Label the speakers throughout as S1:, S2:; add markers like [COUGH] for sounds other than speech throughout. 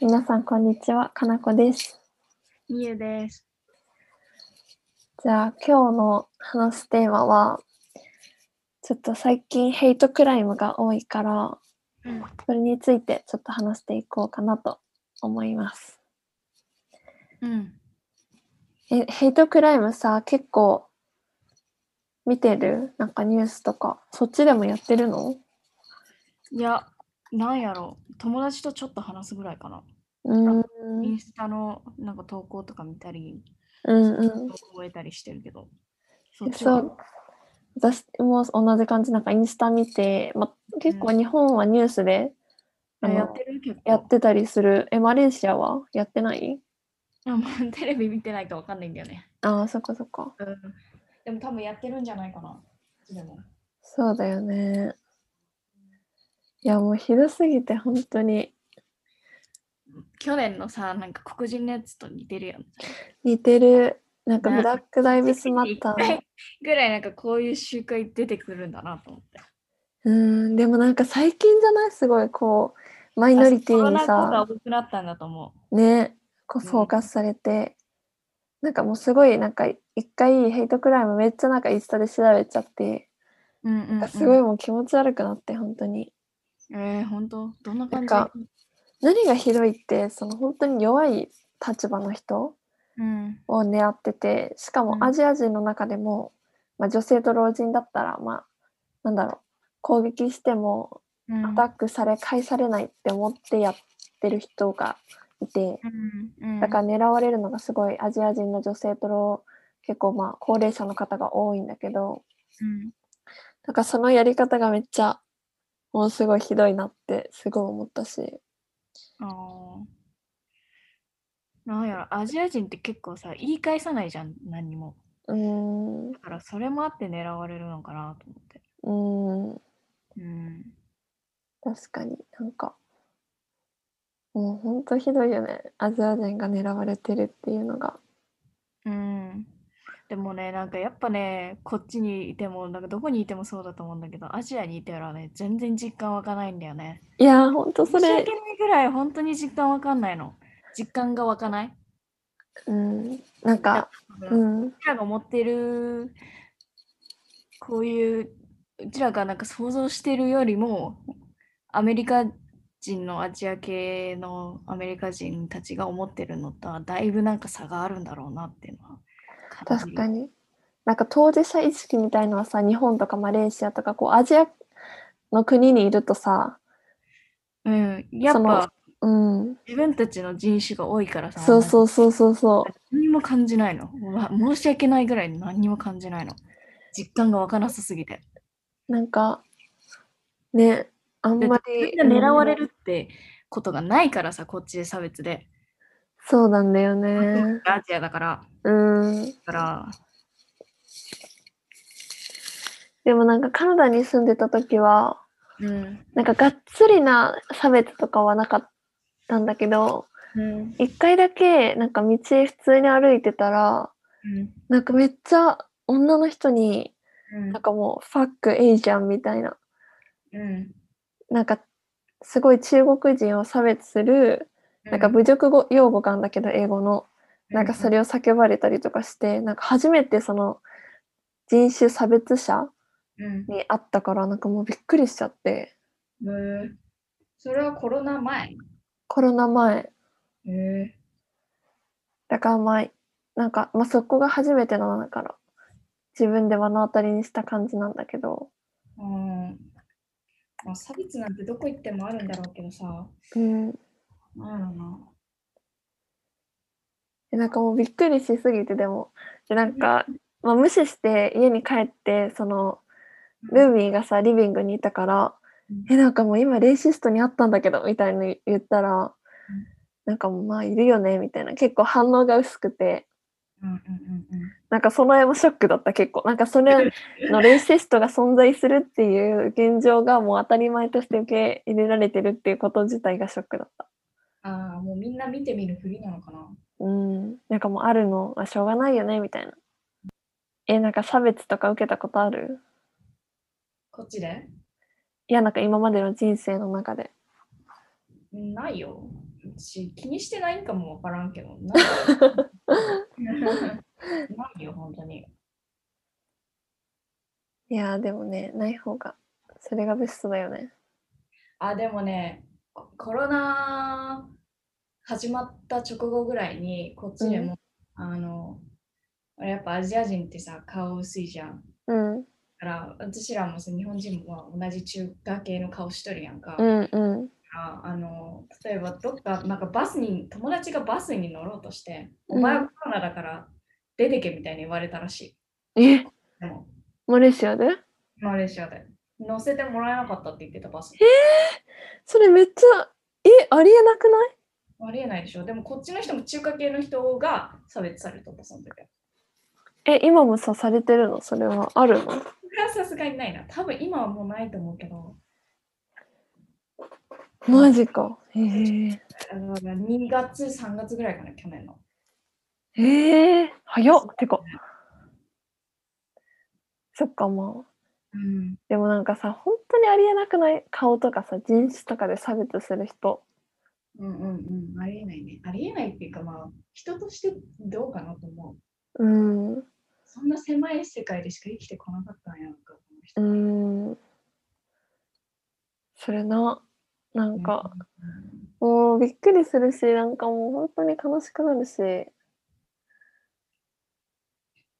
S1: 皆さん、こんにちは。かなこです。
S2: みゆです。
S1: じゃあ、今日の話すテーマは、ちょっと最近ヘイトクライムが多いから、
S2: うん、
S1: それについてちょっと話していこうかなと思います。
S2: うん、
S1: えヘイトクライムさ、結構見てるなんかニュースとか、そっちでもやってるの
S2: いや、なんやろう、友達とちょっと話すぐらいかな。
S1: うーん。
S2: インスタのなんか投稿とか見たり、
S1: うんうん。
S2: 覚えたりしてるけど。そっち
S1: そ
S2: は
S1: う。私も同じ感じ、なんかインスタ見て、ま、結構
S2: うん
S1: 日本はニュースで、あ
S2: あ
S1: の
S2: やってる結構
S1: やってたりする。え、マレーシアはやってない
S2: あもう [LAUGHS] テレビ見てないとわかんないんだよね。
S1: ああ、そっかそっか。
S2: うん、でも多分やってるんじゃないかな。でも
S1: そうだよね。いや、もうひどすぎて、本当に
S2: 去年のさ、なんか黒人のやつと似てるよね。
S1: 似てる。なんか
S2: ね
S1: ブラックダイブスマッター
S2: 一回。 [LAUGHS] ぐらいなんかこういう集会出てくるんだなと思って。
S1: [LAUGHS] うん、でもなんか最近じゃないすごいこう、マイノリティに
S2: コロナ
S1: さ
S2: 禍、が多くなったんだと思
S1: ね、こう
S2: うん
S1: フォーカスされて、なんかもうすごい、なんか一回ヘイトクライムめっちゃなんかインスタで調べちゃって、
S2: う。うんうん、
S1: なんかすごいもう気持ち悪くなって、本当に。
S2: えー、本当どんな感じ
S1: なんか何がひどいって、その本当に弱い立場の人
S2: うん。
S1: を狙っててしか
S2: う
S1: も
S2: ん
S1: アジア人の中でも、まあ、女性と老人だったらまあなんだろう攻撃しても
S2: うん
S1: アタックされ返されないって思ってやってる人がいて
S2: うんうん
S1: だから狙われるのがすごいアジア人の女性と老結構まあ高齢者の方が多いんだけど
S2: うん
S1: だからそのやり方がめっちゃもうすごいひどいなってすごい思ったし
S2: あーなんやろアジア人って結構さ言い返さないじゃん何にも
S1: うーんう
S2: だからそれもあって狙われるのかなと思って
S1: ーん
S2: うん
S1: 確かになんかもうほんとひどいよねアジア人が狙われてるっていうのが
S2: うんでもねなんかやっぱねこっちにいてもなんかどこにいてもそうだと思うんだけどアジアにいてはね全然実感湧かないんだよね
S1: いやーほんとそ
S2: 申し
S1: れ
S2: 訳ないぐらい本当に実感湧かんないの実感が湧かない
S1: うんなんか
S2: うん
S1: うん
S2: うちらが持ってるこういううちらがなんか想像してるよりもアメリカ人のアジア系のアメリカ人たちが思ってるのとはだいぶなんか差があるんだろうなっていうのは感じ
S1: 確
S2: る
S1: かになんか当事者意識みたいのはさ日本とかマレーシアとかこうアジアの国にいるとさ
S2: うんやっぱ
S1: うん
S2: 自分たちの人種が多いからさ
S1: そうそうそうそうそ
S2: 何にも感じないのうわ申し訳ないぐらい何にも感じないの実感がわからなさすぎて
S1: うなんかねあん
S2: で
S1: ま
S2: 自
S1: り
S2: 分が狙われ
S1: うん
S2: るってことがないからさこっちで差別で
S1: そうなんだよね
S2: アジアだから
S1: うん
S2: だから、
S1: でもなんかカナダに住んでた時は
S2: うん。
S1: なんかがっつりな差別とかはなかったんだけど
S2: うん。
S1: 一回だけなんか道普通に歩いてたらなんかめっちゃ女の人になんかもう「ファックエイジャン」みたいな
S2: うん。
S1: なんかすごい中国人を差別するなんか侮辱語用語があるんだけど英語のなんかそれを叫ばれたりとかしてなんか初めてその人種差別者
S2: うん。
S1: に会ったからなんかもうびっくりしちゃって
S2: うん。それはコロナ前。
S1: コロナ前
S2: へえ。
S1: だからまあなんか、まあ、そこが初めてのだから自分で目の当たりにした感じなんだけど、
S2: うん。まあ、差別なんてどこ行ってもあるんだろうけどさ。
S1: うん、
S2: なんやろな。
S1: でなんかもうびっくりしすぎてでもでなんか、まあ、無視して家に帰ってそのルーミーがさリビングにいたから
S2: うん
S1: 「えなんかもう今レイシストに会ったんだけど」みたいに言ったらなんかもうまあいるよねみたいな結構反応が薄くて
S2: うんうん
S1: なんかその絵もショックだった結構なんかそれのレイシストが存在するっていう現状がもう当たり前として受け入れられてるっていうこと自体がショックだった
S2: うん。ああ、もうみんな見てみるふりなのかな。
S1: うんなんかもうあるのはしょうがないよねみたいなえなんか差別とか受けたことある
S2: こっちで
S1: いやなんか今までの人生の中で
S2: ないよ。私気にしてないんかもわからんけど。なんか [LAUGHS] ないよ、本当に。
S1: いやーでもねない方がそれがベストだよね
S2: あ、でもね、ココロナ始まった直後ぐらいに、こっちでも、あの、やっぱアジア人ってさ、顔薄いじゃん。
S1: うん
S2: だから、私らもさ、日本人も同じ中華系の顔しとるやんか。
S1: うんうん
S2: ああの例えばどっかなんかバスに友達がバスに乗ろうとして、お前はコロナだから出てけみたいに言われたらしい。
S1: え
S2: でも
S1: マレーシアで
S2: マレーシアで乗せてもらえなかったって言ってたバス。
S1: それめっちゃえありえなくない
S2: ありえないでしょ。でもこっちの人も中華系の人が差別されとったその時は。
S1: え今もさされてるのそれはあるの
S2: それはさすがにないな。多分今はもうないと思うけど、
S1: マジかへえ
S2: あの2月、3月ぐらいかな、去年の。
S1: えー、早っってかそっかまあ
S2: うん、
S1: でもなんかさ本当にありえなくない顔とかさ人種とかで差別する人
S2: うんうんうん。ありえないね。ありえないっていうかまあ、人としてどうかなと思う。
S1: うんう
S2: そんな狭い世界でしか生きてこなかったんやろか、この人。
S1: ーんそれななんか、
S2: うん
S1: もうびっくりするし、なんかもう本当に悲しくなるし。ね、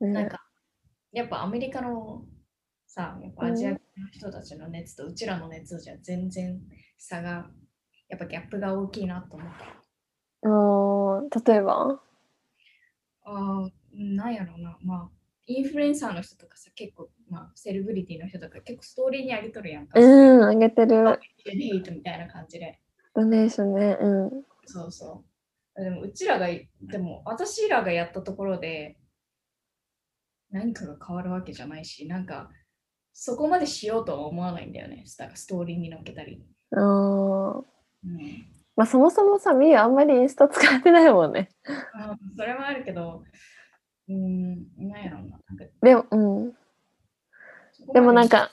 S2: なんか、やっぱアメリカのさ、やっぱアジアの人たちの熱とうちらの熱じゃ全然差が、やっぱギャップが大きいなと思った。
S1: もう例えば
S2: ああ、なんやろうな、まあ、インフルエンサーの人とかさ、結構、まあ、セレブリティの人とか結構ストーリーにあげとるやんか。
S1: うん、あげてる。
S2: ヘイトみたいな感じで。
S1: ドネーションね。うん。
S2: そうそう。でも、うちらが、でも、私らがやったところで、何かが変わるわけじゃないし、なんか、そこまでしようとは思わないんだよね。だからストーリーに乗っけたり。
S1: あー
S2: うん、
S1: まあそもそもさ、みゆあんまりインスタ使ってないもんね。
S2: あそれもあるけど、うん、なんやろうな。なんか
S1: でも、うん。
S2: そこま
S1: でもなんか、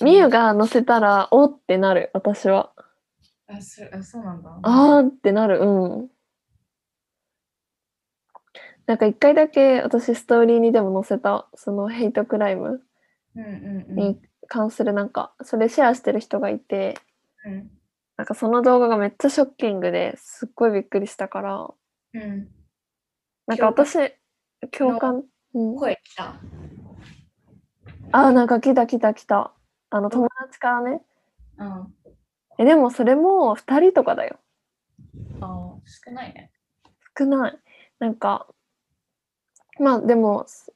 S1: みゆが載せたら、おってなる、私は。
S2: あそあ、そうなんだ。
S1: あーってなる、うん。なんか一回だけ私ストーリーにでも載せた、そのヘイトクライム
S2: うんうんうん
S1: に関するなんか、それシェアしてる人がいて、
S2: うん。
S1: なんかその動画がめっちゃショッキングですっごいびっくりしたから、
S2: うん
S1: なんか私、共感、うん、
S2: 声来た。
S1: あー、なんか来た来た来た。あの友達からね。
S2: うん。あ
S1: え、でもそれも2人とかだよ。
S2: あ、少ないね。
S1: 少ない。なんか、まあでも、す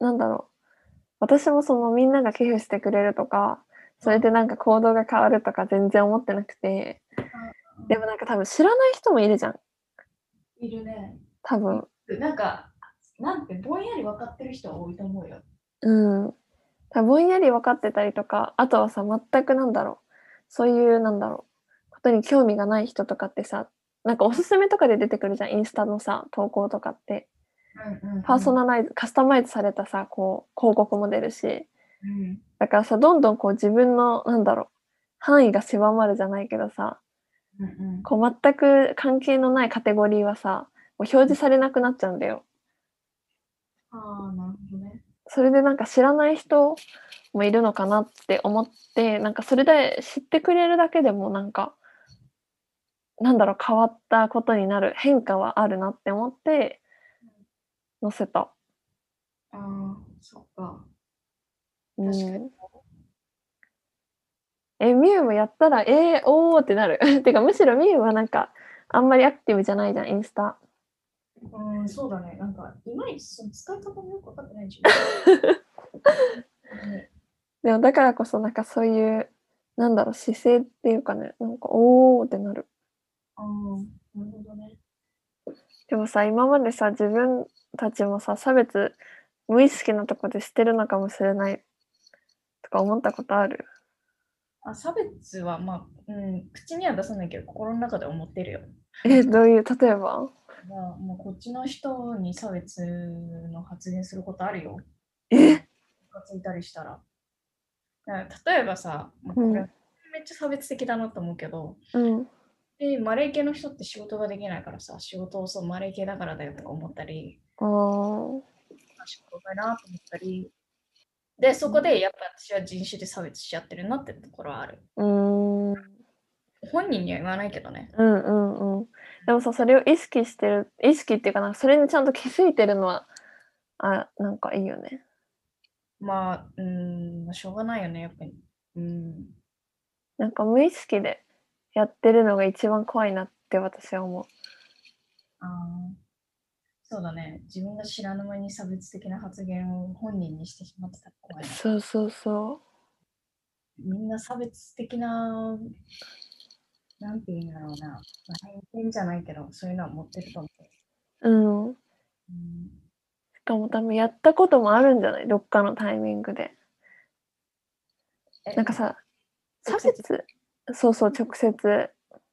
S1: なんだろう。私もそのみんなが寄付してくれるとか、それでなんか行動が変わるとか全然思ってなくて、でもなんか多分知らない人もいるじゃん。
S2: いるね。
S1: 多分。
S2: なんか、なんてぼんやり分かってる人は多いと思うよ。
S1: うん。多分ぼんやり分かってたりとか、あとはさ、全くなんだろう。そういう、なんだろう。ことに興味がない人とかってさ、なんかおすすめとかで出てくるじゃん。インスタのさ、投稿とかって。
S2: うんうん
S1: パーソ
S2: ナ
S1: ナライズ、カスタマイズされたさ、こう、広告も出るし。
S2: うん
S1: だからさ、どんどんこう自分の、なんだろう。範囲が狭まるじゃないけどさ、
S2: うんうん
S1: こう全く関係のないカテゴリーはさ、もう表示されなくなっちゃうんだよ。
S2: ああ、なるほどね。
S1: それでなんか知らない人もいるのかなって思ってなんかそれで知ってくれるだけでもなんかなんだろう変わったことになる変化はあるなって思って載せた。
S2: ああ、そっか。
S1: うん
S2: 確かに
S1: えみゆもやったらえー、おーってなる [LAUGHS] てかむしろみゆはなんかあんまりアクティブじゃないじゃんインスタ
S2: うん、そうだね。なんか、いまいちその使い方もよく分かってないし。
S1: [LAUGHS] でもだからこそなんかそういうなんだろう姿勢っていうかねなんかおーってなる
S2: ああ、なるほどね。
S1: でもさ今までさ自分たちもさ差別無意識なとこでしてるのかもしれないとか思ったことある [LAUGHS]
S2: あ差別は、まあ、うん、口には出さないけど、心の中で思ってるよ。
S1: えどういう例えば
S2: まあ、もうこっちの人に差別の発言することあるよ。
S1: え
S2: ムカついたりしたら。だから例えばさ、まあ
S1: うん
S2: これめっちゃ差別的だなと思うけど、
S1: うん
S2: で、マレー系の人って仕事ができないからさ、仕事をそうマレー系だからだよとか思ったり、
S1: あー
S2: あ仕事がなと思ったり、で、そこでやっぱ私は人種で差別しちゃってるなってところはある。
S1: うーん
S2: 本人には言わないけどね。
S1: うんうんうんでもさそれを意識してる意識っていうかなんかそれにちゃんと気づいてるのはあなんかいいよね
S2: まあ、うーん、しょうがないよね、やっぱり。うん。
S1: なんか無意識でやってるのが一番怖いなって私は思
S2: あーそうだね。自分が知らぬ間に差別的な発言を本人にしてしまってたら怖いうな。
S1: そうそうそ
S2: みんな差別的な、なんて言うんだろうな、まあ偏見じゃないけど、そういうのは持ってると思
S1: う
S2: う。
S1: うん
S2: うん、
S1: しかも多分やったこともあるんじゃないどっかのタイミングで
S2: え
S1: なんか、さ差
S2: 直接
S1: 別そうそう直接
S2: う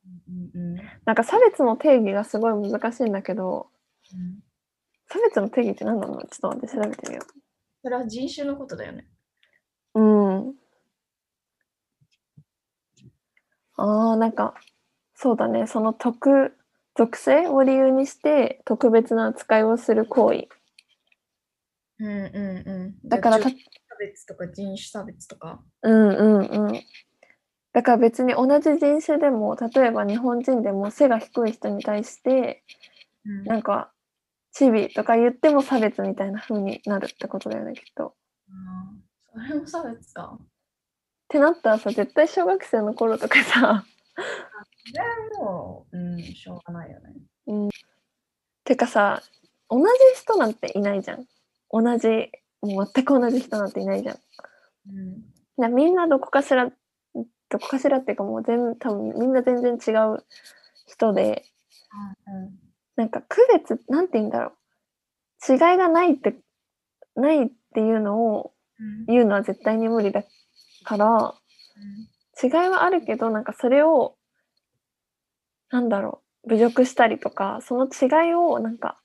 S2: んうんうん
S1: なんか差別の定義がすごい難しいんだけど
S2: うん
S1: 差別の定義って何なのちょっと待って調べてみよ
S2: それは人種のことだよね。
S1: ううんあーなんかそうだねその特属性を理由にして特別な扱いをする行為
S2: うんうんうん。
S1: だから
S2: じ
S1: た
S2: ゃあ差別とか人種差別とか。
S1: うんうんうん。だから別に同じ人種でも例えば日本人でも背が低い人に対して
S2: うん
S1: なんか「チビ」とか言っても差別みたいな風になるってことだよねきっと。っ
S2: あーそれも差別か。
S1: てなったらさ絶対小学生の頃とかさ
S2: それはもう、うん、しょうがないよね。
S1: てかさ同じ人なんていないじゃん同じもう全く同じ人なんていないじゃん。
S2: うん
S1: なみんなどこかしらどこかしらっていうかもう全多分みんな全然違う人で
S2: うん
S1: なんか区別なんて言うんだろう違いがないってないっていうのを
S2: うん
S1: 言うのは絶対に無理だから違いはあるけどなんかそれをなんだろう侮辱したりとかその違いをなんか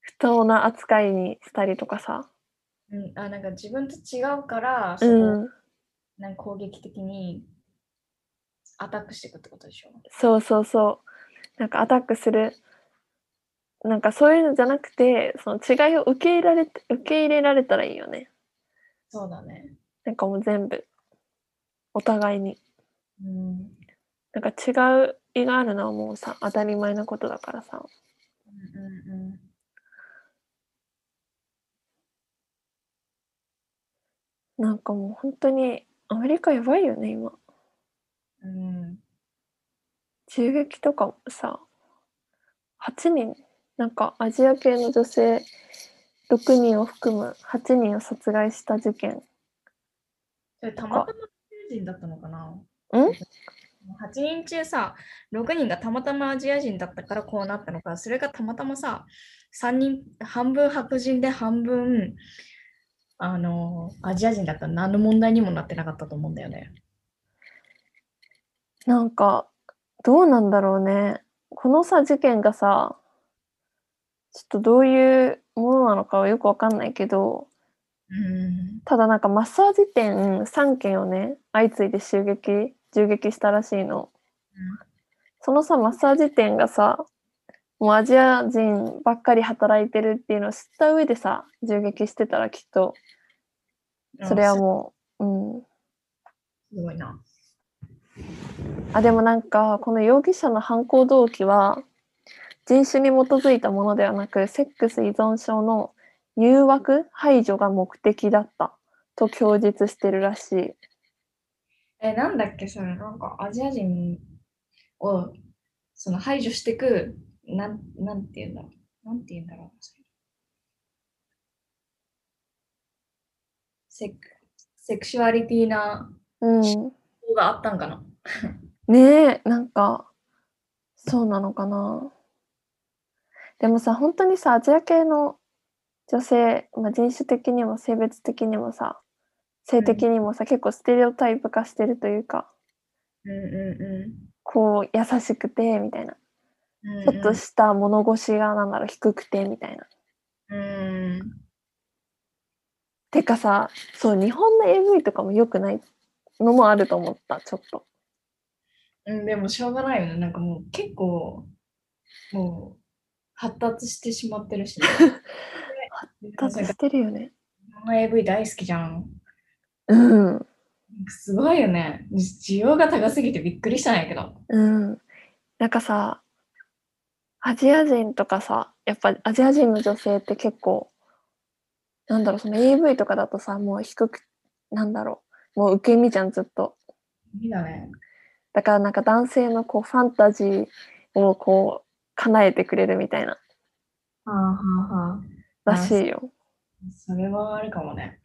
S1: 不当な扱いにしたりとかさ
S2: うんうん、あなんか自分と違うから、
S1: う
S2: その
S1: ん
S2: なんか攻撃的にアタックしていくってことでしょ。
S1: そうそうそうなんかアタックするなんかそういうのじゃなくてその違いを受け入れられて受け入れられたらいいよね
S2: そうだね。
S1: なんかもう全部お互いに。
S2: うん
S1: なんか違う意があるのはもうさ当たり前のことだからさ
S2: うんうんうん
S1: なんかもう本当にアメリカやばいよね今
S2: うん
S1: 銃撃とかもさ8人なんかアジア系の女性6人を含む8人を殺害した事件
S2: それたまたまアジア人だったのかな
S1: うん
S2: ?8 人中さ、6人がたまたまアジア人だったからこうなったのか、それがたまたまさ、3人、半分白人で半分、あの、アジア人だったら何の問題にもなってなかったと思うんだよね。
S1: なんかどうなんだろうねこのさ事件がさちょっとどういうものなのかはよくわかんないけど
S2: うん。
S1: ただなんかマッサージ店3件をね相次いで襲撃銃撃したらしいの、
S2: うん
S1: そのさマッサージ店がさもうアジア人ばっかり働いてるっていうのを知った上でさ銃撃してたらきっとそれはもううん
S2: う。すごいな。
S1: あでもなんかこの容疑者の犯行動機は人種に基づいたものではなくセックス依存症の誘惑排除が目的だったと供述してるらしい
S2: え、なんだっけ、それ、なんかアジア人をその排除していく、なん、なんて言うんだろう。なんて言うんだろう。それセク、セクシュアリティな
S1: うん
S2: 方があったんかな。
S1: ねえなんかそうなのかなでもさ本当にさアジア系の女性、まあ、人種的にも性別的にもさ性的にもさ、結構ステレオタイプ化してるというか
S2: うんう
S1: こう優しくてみたいな
S2: んうん。
S1: ちょっとした物腰がなんだろう低くてみたいな。
S2: うん。
S1: てかさそう日本の AV とかも良くないのもあると思ったちょっと。
S2: うん、でもしょうがないよね。なんかもう結構、もう発達してしまってる [LAUGHS] し、ね。
S1: 発達してるよね。
S2: 日本の AV 大好きじゃん。
S1: うん。
S2: すごいよね。需要が高すぎてびっくりしたんやけど。
S1: うん。なんかさ、アジア人とかさ、やっぱアジア人の女性って結構、なんだろう、その AV とかだとさ、もう低く、なんだろう、もう受け身じゃん、ずっと。
S2: いいだね。
S1: だからなんか男性のこうファンタジーをこう、叶えてくれるみたいな、
S2: はあはあはあ。
S1: らしいよ。
S2: それはあるかもね。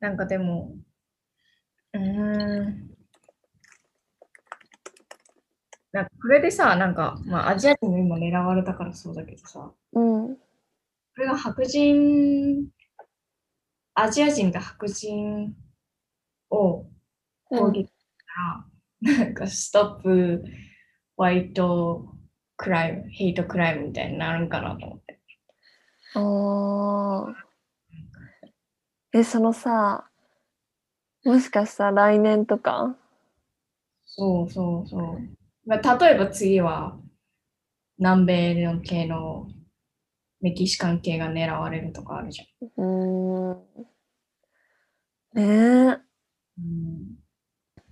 S2: なんかでも、うーん。なんかこれでさ、なんか、まあ、アジア人も今狙われたからそうだけどさ、
S1: うん。
S2: これが白人、アジア人が白人を攻撃したら、なんか、ストップ、ホワイト、クライム、ヘイトクライムみたいになるんかなと思って。
S1: ああ。え、そのさ、もしかしたら来年とか
S2: そうそうそう。まあ、例えば次は南米の系のメキシカン系が狙われるとかあるじゃん。
S1: うーん。ねえ。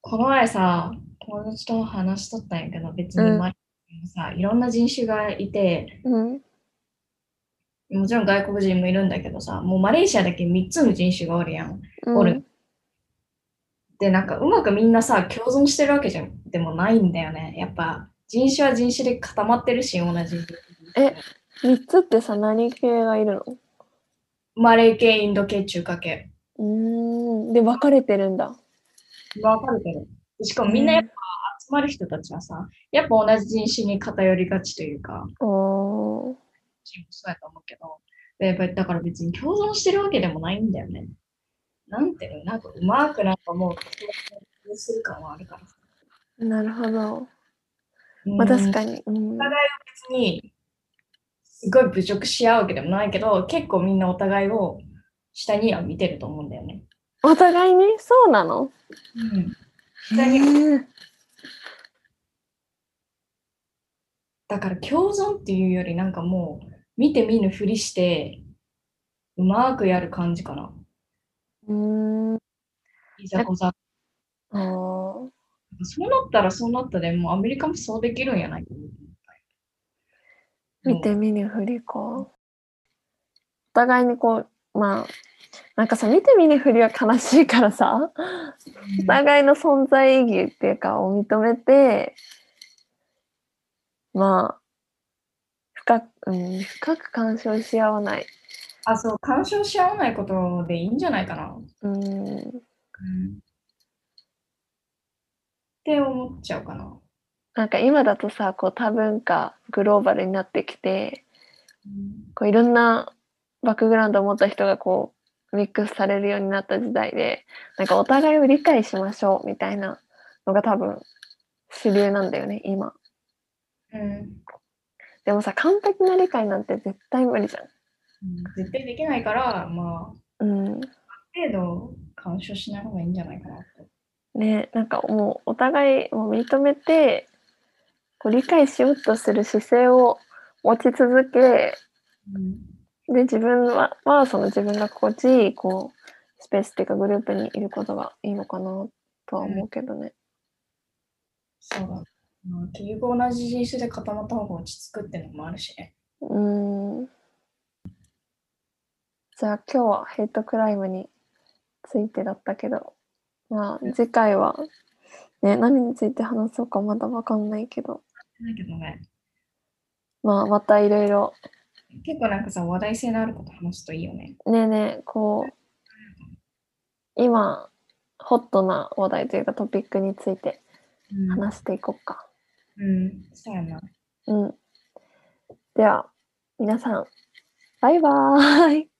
S2: この前さ、友達と話しとったんやけど、別に
S1: うん
S2: マリカもさ、いろんな人種がいて、
S1: うん。
S2: もちろん外国人もいるんだけどさ、もうマレーシアだけ3つの人種がおるやん。
S1: うん
S2: おる。で、なんかうまくみんなさ、共存してるわけじゃんでもないんだよね。やっぱ人種は人種で固まってるし、同じ。
S1: え3つってさ、何系がいるの
S2: マレー系、インド系、中華系。
S1: うーん。で、分かれてるんだ。
S2: わかるけど。しかもみんなやっぱ集まる人たちはさ、やっぱ同じ人種に偏りがちというか、
S1: あー
S2: チームそうやと思うけど、でやっぱりだから別に共存してるわけでもないんだよね。なんていうのなんかうまくなんかもう、する感はあるからさ。
S1: なるほど。まあ、確かに。うん。
S2: 別に、すごい侮辱し合うわけでもないけど、結構みんなお互いを下には見てると思うんだよね。
S1: お互いにそうなの
S2: うん。下に
S1: へえ
S2: だから共存っていうよりなんかもう見て見ぬふりしてうまくやる感じかな。
S1: うーん。
S2: いざこざ。
S1: あー
S2: そうなったらそうなったでもうアメリカもそうできるんやない
S1: 見て見ぬふりか。お互いにこう、まあ、なんかさ、見て見ぬふりは悲しいからさ、お互いの存在意義っていうか、を認めて、まあ、深く、うん、深く干渉し合わない。
S2: あ、そう、干渉し合わないことでいいんじゃないかな。っ
S1: うん、
S2: て思っちゃうかな。
S1: なんか今だとさ、こう多文化、グローバルになってきて、こういろんなバックグラウンドを持った人がこうミックスされるようになった時代でなんかお互いを理解しましょうみたいなのが多分主流なんだよね今
S2: うん。
S1: でもさ完璧な理解なんて絶対無理じゃ
S2: 絶対できないから、まあ、
S1: んうん
S2: 程度干渉しない方がいいんじゃないかなって。
S1: ねなんかもうお互いもう認めてこう理解しようとする姿勢を持ち続けで自分ははその自分が心地いいこうスペースっていうかグループにいることがいいのかなとは思うけどね。
S2: そうだ。まあ結局同じ人種で固まった方が落ち着くってのもあるしね。
S1: うーん。じゃあ今日はヘイトクライムについてだったけど、ま
S2: う
S1: あ次回は、ね、何について話そうかまだわかんないけど、
S2: だけどね、
S1: まあまたいろいろ、
S2: 結構なんかさ、話題性のあること話すといいよね。
S1: ねえねえ、こう、今、ホットな話題というかトピックについて
S2: うん。
S1: 話していこうか。
S2: うん、そうやな。
S1: うん。では、皆さん、バイバーイ